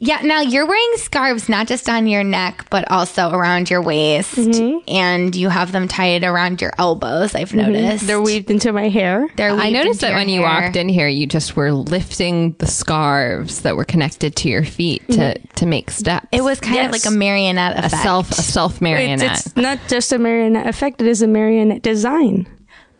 B: Yeah, now you're wearing scarves not just on your neck, but also around your waist,
A: Mm-hmm.
B: and you have them tied around your elbows. I've noticed
D: They're weaved into my hair.
B: They're
A: I
B: weaved
A: noticed
B: into
A: that
B: your
A: when you
B: hair.
A: walked in here, you just were lifting the scarves that were connected to your feet to to make steps.
B: It was kind of
D: Yes.
B: like a marionette effect.
A: a self a self
D: It's,
A: marionette.
D: it's not just a marionette effect; it is a marionette design,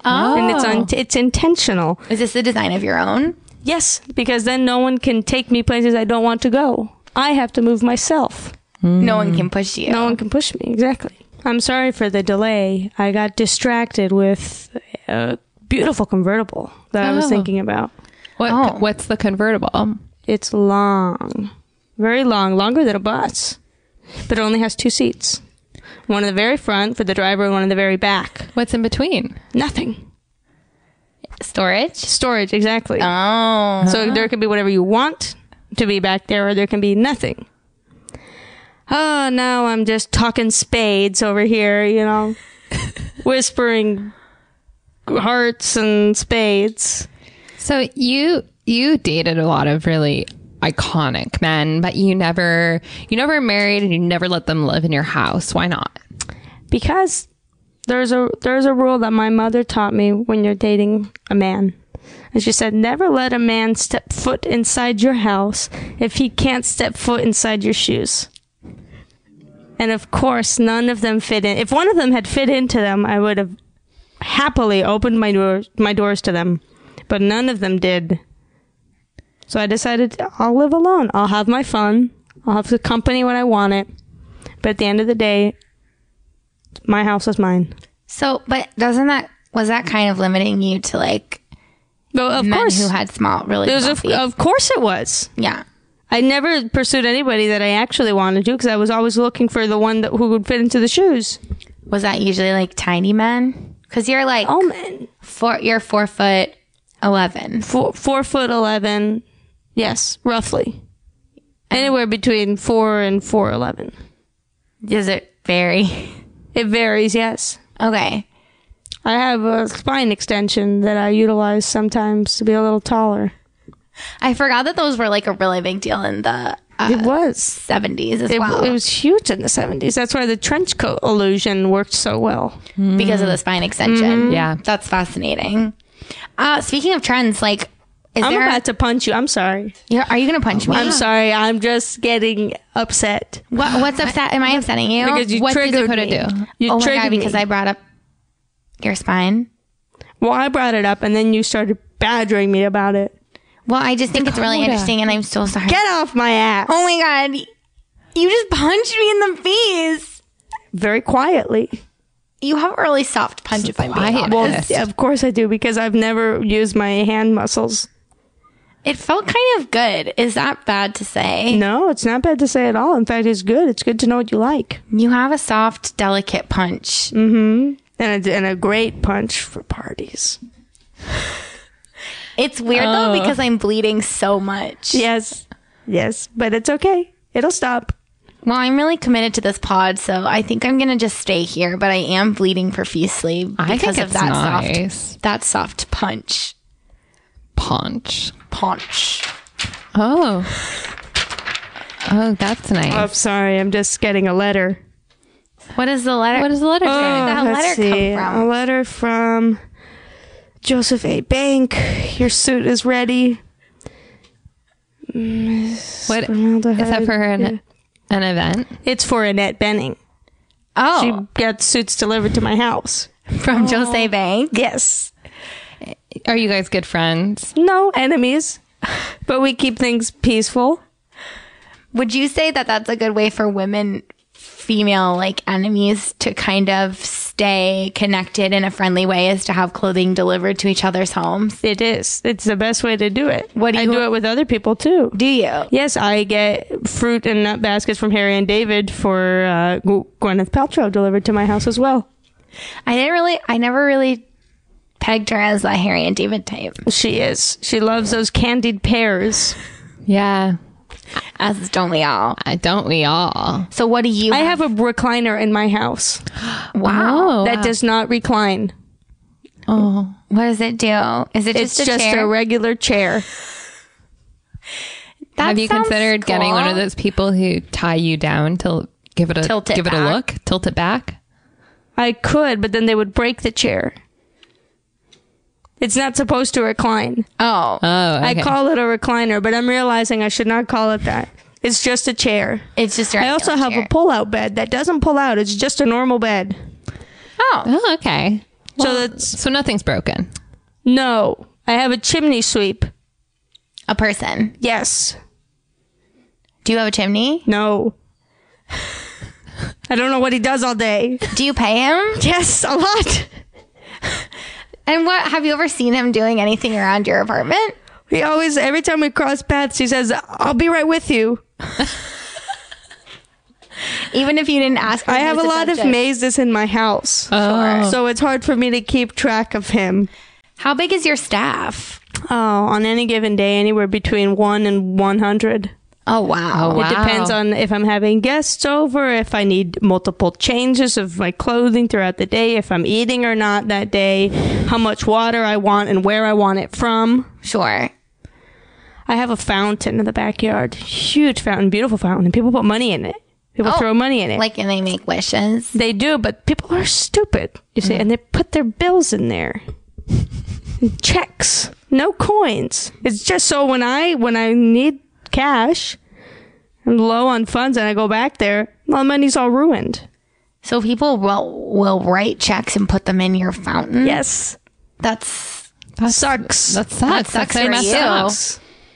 B: Oh,
D: and it's on. It's intentional.
B: is this a design of your own?
D: Yes, because then no one can take me places I don't want to go. I have to move myself.
B: No
A: Mm.
B: one can push you.
D: No one can push me. Exactly. I'm sorry for the delay. I got distracted with a beautiful convertible that I was thinking about.
A: what
B: Oh.
A: what's the convertible?
D: It's long, very long, longer than a bus, but it only has two seats one in the very front for the driver and one in the very back.
A: What's in between?
D: Nothing.
B: Storage.
D: Storage, exactly.
B: Oh,
D: So there can be whatever you want to be back there, or there can be nothing. Oh, now I'm just talking spades over here, you know, whispering hearts and spades.
A: So you you dated a lot of really iconic men, but you never you never married and you never let them live in your house. Why not?
D: because there's a there's a rule that my mother taught me when you're dating a man. And she said, never let a man step foot inside your house if he can't step foot inside your shoes. And of course, none of them fit in. If one of them had fit into them, I would have happily opened my doors my doors to them, but none of them did. So I decided I'll live alone. I'll have my fun. I'll have the company when I want it. But at the end of the day, my house is mine.
B: so but doesn't that was that kind of limiting you to like
D: Well, of
B: men
D: course,
B: who had small, really
D: It was
B: small
D: of,
B: feet?
D: of course it was.
B: yeah.
D: I never pursued anybody that I actually wanted to because I was always looking for the one that who would fit into the shoes.
B: Was that usually like tiny men? Because you're like
D: Oh man,
B: four, you're four foot eleven.
D: four, four foot eleven, yes, roughly, anywhere between four and four eleven.
B: Does it vary?
D: It varies. Yes,
B: Okay.
D: I have a spine extension that I utilize sometimes to be a little taller.
B: I forgot that those were like a really big deal in the uh,
D: it was.
B: seventies as
D: It,
B: well,
D: it was huge in the 70s. That's why the trench coat illusion worked so well.
B: because of the spine extension.
D: Mm-hmm.
A: Yeah.
B: that's fascinating. Uh, speaking of trends, like, is
D: I'm
B: there?
D: about to punch you. I'm sorry.
B: you're, are you going to punch me?
D: I'm sorry. I'm just getting upset
B: What, what's upset? Am I upsetting you?
D: because you
A: What did
D: triggered
A: Dakota
D: me.
A: do?
D: You
B: oh my
D: triggered
B: god! Because
D: me.
B: I brought up your spine.
D: well, I brought it up, and then you started badgering me about it.
B: Well, I just think it's really interesting, and I'm so sorry.
D: Get off my ass!
B: oh my god! You just punched me in the face.
D: Very quietly.
B: You have a really soft punch, if I'm being honest.
A: Well,
D: Yeah, of course I do because I've never used my hand muscles.
B: It felt kind of good. Is that bad to say?
D: No, it's not bad to say at all. In fact, it's good. It's good to know what you like,
B: You have a soft, delicate punch.
D: and a, and a great punch for parties.
B: It's weird though because I'm bleeding so much.
D: Yes, yes, but it's okay. It'll stop.
B: Well, I'm really committed to this pod, so I think I'm gonna just stay here. But I am bleeding profusely because
A: I think
B: of
A: it's
B: that soft,
A: nice.
B: that soft punch,
A: Punch.
B: punch.
A: Oh. Oh, that's nice.
D: I'm sorry. I'm just getting a letter.
B: What is the letter?
A: What is the letter?
D: Oh,
A: say?
B: that
D: let's
B: letter come from?
D: A letter from Joseph A. Bank. Your suit is ready.
A: What is that for an an event?
D: It's for Annette Benning.
B: oh,
D: She got suits delivered to my house.
B: from Jose Bank.
D: Yes.
A: Are you guys good friends?
D: No enemies, but we keep things peaceful.
B: Would you say that that's a good way for women, female like enemies, to kind of stay connected in a friendly way? Is to have clothing delivered to each other's homes?
D: It is. It's the best way to do it.
B: What do
D: I
B: you-
D: do it with other people too.
B: Do you?
D: Yes, I get fruit and nut baskets from Harry and David for uh, Gw- Gwyneth Paltrow delivered to my house as well.
B: I didn't really, I never really pegged her as a Harry and David type.
D: She is. She loves those candied pears.
A: Yeah.
B: As don't we all?
A: Uh, Don't we all?
B: So what do you?
D: I have a recliner in my house
B: wow.
D: that does not recline.
B: What does it do? Is it
D: It's
B: just a
D: just
B: chair?
D: a regular chair.
B: That
A: Have you
B: sounds
A: considered getting one of
B: cool.
A: those people who tie you down to give it a
B: Tilt it
A: give it a
B: back.
A: look, tilt it back?
D: I could, but then they would break the chair. It's not supposed to recline.
B: Oh,
A: Oh, okay.
D: I call it a recliner, but I'm realizing I should not call it that. It's just a chair.
B: it's just. a
D: I also
B: regular
D: have a
B: chair.
D: pull-out bed that doesn't pull out. It's just a normal bed.
B: Oh,
A: Oh, okay.
D: So that's
A: So nothing's broken.
D: no. I have a chimney sweep.
B: a person.
D: Yes.
B: Do you have a chimney?
D: No. I don't know what he does all day.
B: Do you pay him?
D: Yes, a lot.
B: And what have you ever seen him doing anything around your apartment?
D: He always, every time we cross paths, he says, "I'll be right with you."
B: Even if you didn't ask. him
D: I
B: to
D: have
B: use
D: a
B: the
D: lot of
B: subject. Oh.
D: mazes in my house, so it's hard for me to keep track of him.
B: How big is your staff?
D: Oh, on any given day, anywhere between one and one hundred.
B: Oh wow.
A: Oh, wow.
D: It depends on if I'm having guests over, if I need multiple changes of my clothing throughout the day, if I'm eating or not that day, how much water I want and where I want it from.
B: Sure.
D: I have a fountain in the backyard. Huge fountain, beautiful fountain. People put money in it. People
B: Oh,
D: throw money in it.
B: Like, and they make wishes.
D: they do, but people are stupid. You see, and they put their bills in there. Checks, no coins. It's just so when I when I need cash, I'm low on funds and I go back there, my money's all ruined.
B: So people will will write checks and put them in your fountain.
D: Yes.
B: That's
A: That
D: Sucks.
A: That sucks.
B: sucks
A: That's so
B: for
A: messed
B: you.
A: up.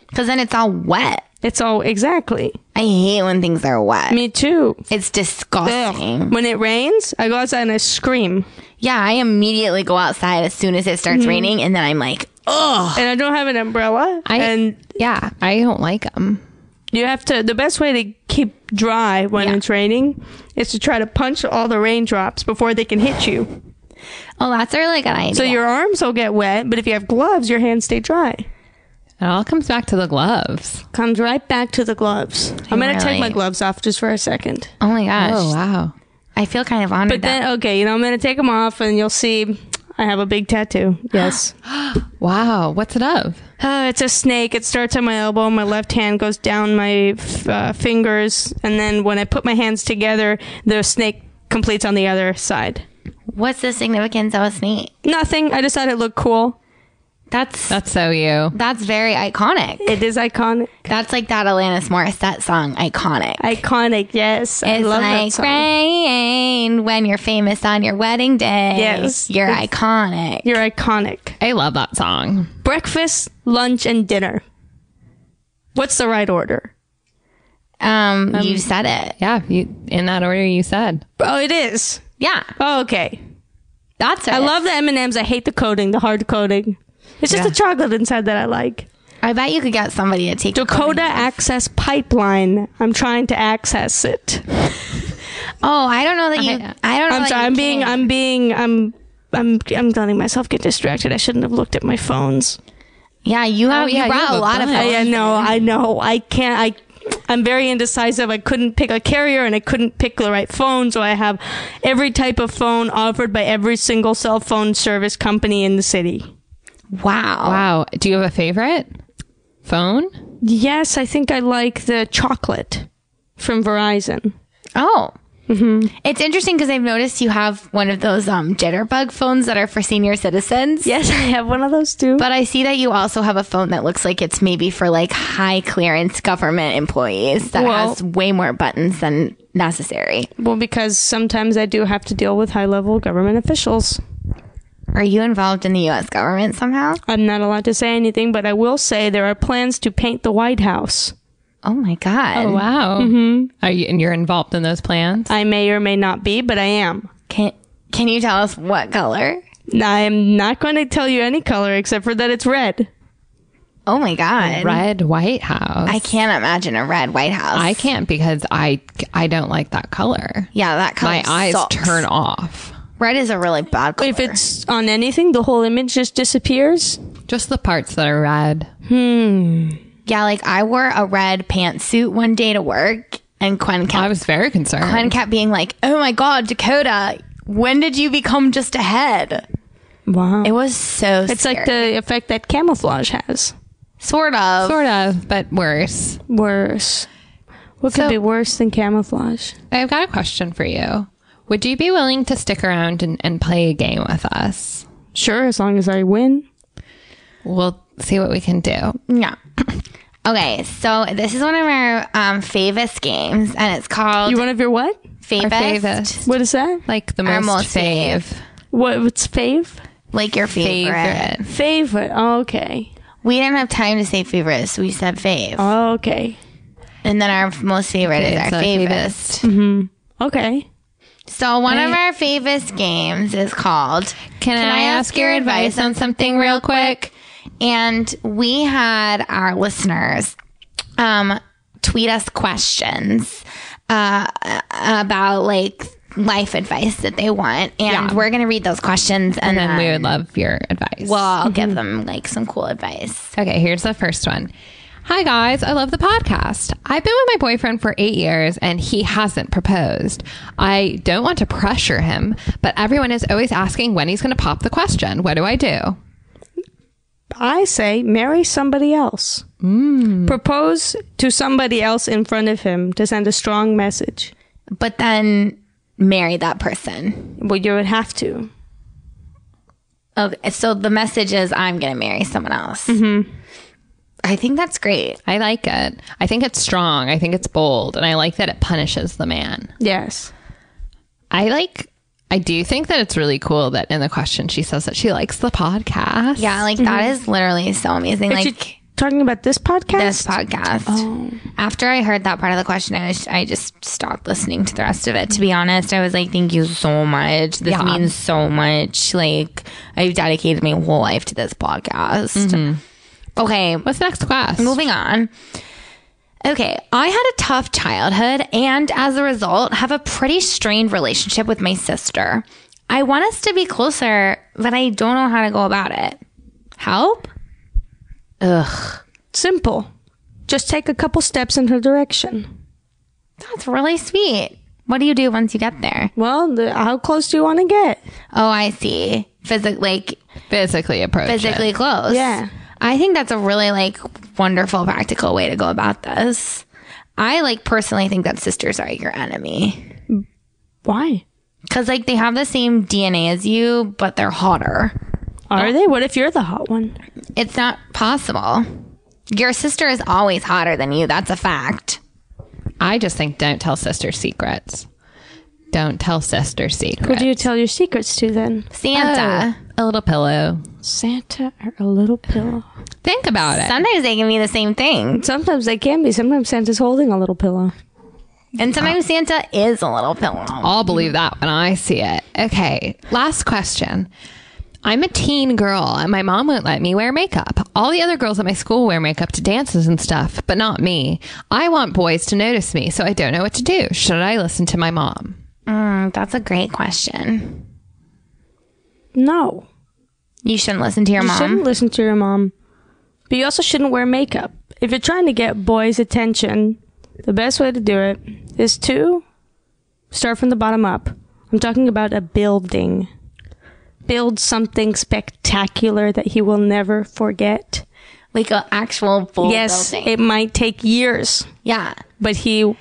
B: because then it's all wet.
D: It's all exactly.
B: I hate when things are wet.
D: Me too.
B: it's disgusting.
D: Ugh. When it rains, I go outside and I scream.
B: Yeah, I immediately go outside as soon as it
D: Mm-hmm.
B: starts raining, and then I'm like,
D: And I don't have an umbrella.
A: I
D: and
A: yeah, I don't like them.
D: You have to. The best way to keep dry when it's raining is to try to punch all the raindrops before they can hit you.
B: "Oh, that's a really good idea."
D: So your arms will get wet, but if you have gloves, your hands stay dry.
A: It all comes back to the gloves.
D: Comes right back to the gloves. I'm gonna take my
B: Really?
D: gloves off just for a second.
B: oh my gosh,
A: wow.
B: I feel kind of honored.
D: But then, okay, you know, I'm gonna take them off, and you'll see. I have a big tattoo. Yes.
A: Wow. What's it of?
D: Oh, it's a snake. It starts on my elbow. My left hand goes down my f- uh, fingers, and then when I put my hands together, the snake completes on the other side.
B: that. what's the significance of a snake?
D: Nothing. I just thought it looked cool.
B: That's
A: That's so you.
B: that's very iconic.
D: It is iconic.
B: That's like that Alanis Morissette song, iconic.
D: Iconic, yes. I
B: it's
D: love that
B: like
D: song.
B: rain when you're famous on your wedding day.
D: Yes.
B: you're
D: It's-
B: iconic.
D: You're iconic.
A: I love that song.
D: Breakfast, lunch, and dinner. What's the right order?
B: um, you said it.
A: Yeah, you, in that order you said.
D: Oh, it is.
B: Yeah,
D: Oh, okay.
B: that's it.
D: I love the M and M's. I hate the coating, the hard coating. It's just
A: Yeah.
D: the chocolate inside that I like.
B: I bet you could get somebody to take.
D: Dakota Access Pipeline. I'm trying to access it.
B: Oh, I don't know that you. I don't know.
D: I'm
B: that
D: sorry.
B: you
D: I'm being.
B: can.
D: I'm being. I'm. I'm. I'm letting myself get distracted. I shouldn't have looked at my phones.
B: Yeah,
D: Oh,
B: you have.
A: yeah,
B: you
A: you
B: brought
A: have
B: a
A: a
B: lot of.
A: bunch.
B: phones.
D: I know, I know. I can't. I, I'm very indecisive. I couldn't pick a carrier, and I couldn't pick the right phone. So I have every type of phone offered by every single cell phone service company in the city.
B: Wow.
A: Wow. Do you have a favorite phone?
D: Yes, I think I like the chocolate from Verizon.
B: Oh.
D: Mm-hmm.
B: It's interesting because I've noticed you have one of those um, jitterbug phones that are for senior citizens.
D: Yes, I have one of those too.
B: But I see that you also have a phone that looks like it's maybe for like high clearance government employees that
D: Well-
B: has way more buttons than necessary.
D: well, because sometimes I do have to deal with high level government officials.
B: Are you involved in the U.S. government somehow?
D: I'm not allowed to say anything, but I will say there are plans to paint the White House.
B: Oh my God.
A: Wow. Mm-hmm. Are you, and you're involved in those plans?
D: I may or may not be, but I am.
B: Can, can you tell us what color?
D: I'm not going to tell you any color except for that it's red.
B: Oh my God.
A: Red White House.
B: I can't imagine a red White House.
A: I can't because I I don't like that color.
B: yeah, that color.
A: My eyes
B: sucks.
A: turn off.
B: Red is a really bad color.
D: If it's on anything, the whole image just disappears.
A: Just the parts that are red.
B: Yeah, like I wore a red pantsuit one day to work, and Quinn
A: I
B: kept
A: was very concerned.
B: Quinn kept being like, "Oh my God, Dakota, when did you become just a head?"
D: Wow.
B: It was so.
D: it's like the effect that camouflage has.
B: sort of.
A: sort of, but worse.
D: Worse. What could
A: So-
D: be worse than camouflage?
A: I've got a question for you. Would you be willing to stick around and, and play a game with us?
D: Sure, as long as I win.
A: We'll see what we can do.
B: Yeah. Okay, so this is one of our um, favorite games, and it's called
D: You one of your what?
A: Our
B: Favest.
A: favest.
D: What is that?
A: Like the
B: Our most
A: most, fave.
D: What, what's fave?
B: Like your favorite.
A: Favorite.
D: Favorite. Oh, okay.
B: We didn't have time to say favorite, so we said fave.
D: Oh, okay.
B: and then our most favorite is
A: It's
B: our
A: our
B: favorite.
D: Okay.
B: So one of our favorite games is called
A: Can, I, ask your advice on something real quick?
B: and we had our listeners um, tweet us questions uh, about like life advice that they want, and we're gonna read those questions, and,
A: Then
B: then
A: we Mm-hmm. would love your advice.
B: well, I'll give them like some cool advice.
A: Okay, here's the first one. Hi guys, I love the podcast. I've been with my boyfriend for eight years and he hasn't proposed. I don't want to pressure him, but everyone is always asking when he's going to pop the question. What do I do?
D: I say marry somebody else. Mm. Propose to somebody else in front of him to send a strong message.
B: But then marry that person.
D: Well, you would have to.
B: Okay, so the message is I'm gonna marry someone else.
A: Mm-hmm.
B: I think that's great.
A: I like it. I think it's strong. I think it's bold. And I like that it punishes the man.
D: Yes.
A: I like, I do think that it's really cool that in the question she says that she likes the podcast.
B: Yeah, like
A: Mm-hmm.
B: that is literally so amazing.
D: Is
B: like
D: she talking about this podcast?
B: this podcast. After I heard that part of the question, I, was, I just stopped listening to the rest of it. To be honest, I was like, "Thank you so much. This means so much. Like, I've dedicated my whole life to this podcast." Okay,
A: What's the next question?
B: moving on. Okay, I had a tough childhood and as a result have a pretty strained relationship with my sister. I want us to be closer, but I don't know how to go about it. Help?
D: Simple. Just take a couple steps in her direction.
B: That's really sweet. What do you do once you get there?
D: Well, the, how close do you want to get?
B: Oh, I see. Physic like
A: Physically approach it.
B: physically close.
D: Yeah.
B: I think that's a really like wonderful practical way to go about this. I like personally think that sisters are your enemy
D: Why?
B: cuz like they have the same DNA as you but they're hotter.
D: Are they? What if you're the hot one?
B: It's not possible. Your sister is always hotter than you. That's a fact.
A: I just think don't tell sister secrets. Don't tell sister
D: What
A: secrets.
D: do you tell your secrets to then? Oh.
B: Santa.
A: a little pillow.
D: Santa or a little pillow?
A: Think about it.
B: Sometimes they can be the same thing.
D: Sometimes they can be. Sometimes Santa's holding a little pillow.
B: And sometimes Santa is a little pillow.
A: I'll believe that when I see it. Okay, last question. I'm a teen girl and my mom won't let me wear makeup. All the other girls at my school wear makeup to dances and stuff, but not me. I want boys to notice me, so I don't know what to do. Should I listen to my mom?
D: Oh.
B: Mm, that's a great question.
D: No.
B: You shouldn't listen to your
D: You
B: mom.
D: shouldn't listen to your mom. But you also shouldn't wear makeup. If you're trying to get boys' attention, the best way to do it is to start from the bottom up. I'm talking about a building. Build something spectacular that he will never forget.
B: like an actual full
D: yes,
B: building.
D: it might take years,
B: yeah.
D: but he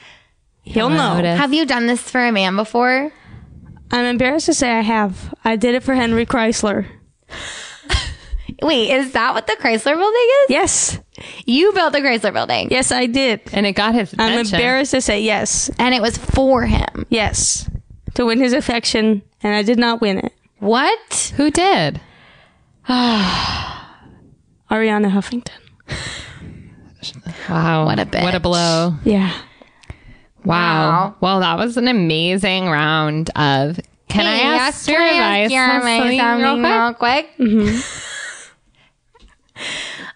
D: he'll know.
B: Have you done this for a man before?
D: I'm embarrassed to say I have. I did it for Henry Chrysler.
B: Wait, is that what the Chrysler building is?
D: Yes,
B: You built the Chrysler building.
D: yes, I did.
A: And it got his
D: I'm
A: attention.
D: embarrassed to say yes,
B: And it was for him.
D: yes, to win his affection, and I did not win it.
B: What?
A: Who did?
D: Ariana Huffington.
A: Wow.
B: What a bitch.
A: Oh, What a blow.
D: Yeah.
B: Wow.
A: Wow. Well, that was an amazing round of Can I ask your advice? on something real quick?
B: Mm-hmm.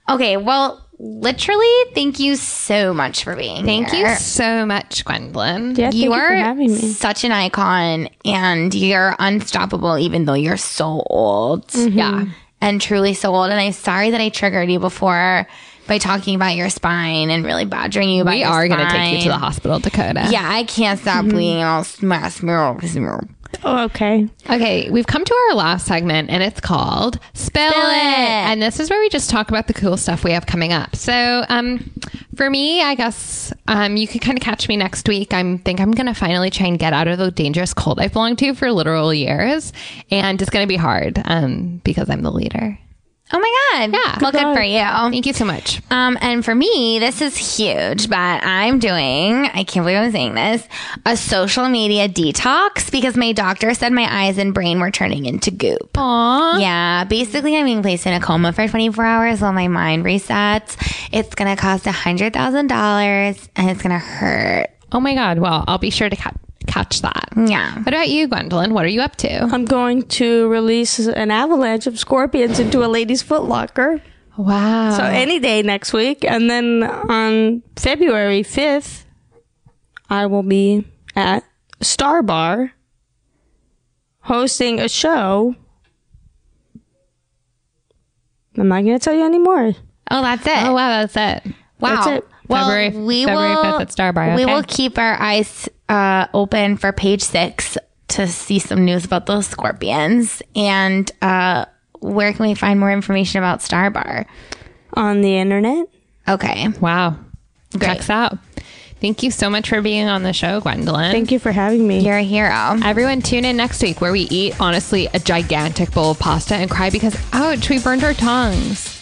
B: okay, well, literally, thank you so much for being
A: Thank
B: here.
A: you so much, Gwendolyn.
D: Yeah, thank you,
B: You
D: for
B: are
D: having me.
B: such an icon and you're unstoppable even though you're
A: Mm-hmm.
B: so old. Yeah. And truly so old. And I'm sorry that I triggered you before by talking about your spine and really bothering you about
A: We
B: your
A: are going to take you to the Mm-hmm.
B: spine.
A: hospital, Dakota.
B: Yeah, I can't stop bleeding all smash mirror.
D: Oh, okay.
A: Okay, we've come to our last segment and it's called Spill,
B: Spill
A: it.
B: It.
A: And this is where we just talk about the cool stuff we have coming up. So, um, for me, I guess um, you can kind of catch me next week. I think I'm going to finally try and get out of the dangerous cult I've belonged to for literal years. And it's going to be hard um, because I'm the leader.
B: Oh my god.
A: Yeah.
B: Well, good for you.
A: Thank you so much.
B: Um, and for me, this is huge, but I'm doing, I can't believe I'm saying this, a social media detox because my doctor said my eyes and brain were turning into goop.
A: Aw.
B: Yeah, basically, I'm being placed in a coma for 24 hours while my mind resets. It's gonna cost $100,000 and it's gonna hurt.
A: Oh my God. Well, I'll be sure to ca- catch that.
B: Yeah.
A: What about you, Gwendolyn? What are you up to?
D: I'm going to release an avalanche of scorpions into a lady's footlocker.
A: Wow.
D: So any day next week. And then on February 5th, I will be at Star Bar hosting a show. I'm not going to tell you anymore.
B: Oh, that's it.
A: oh, wow. That's it.
B: wow.
D: that's it.
B: Well,
A: February-
B: we
A: February
B: will,
A: 5th at Star Bar,
B: We
A: okay.
B: will keep our eyes uh, open for page six to see some news about those scorpions. And uh, where can we find more information about Star Bar?
D: On the internet.
B: Okay.
A: Wow. Checks out. Thank you so much for being on the show, Gwendolyn.
D: Thank you for having me.
B: You're a hero.
A: Everyone, tune in next week where we eat, honestly, a gigantic bowl of pasta and cry because, ouch, we burned our tongues.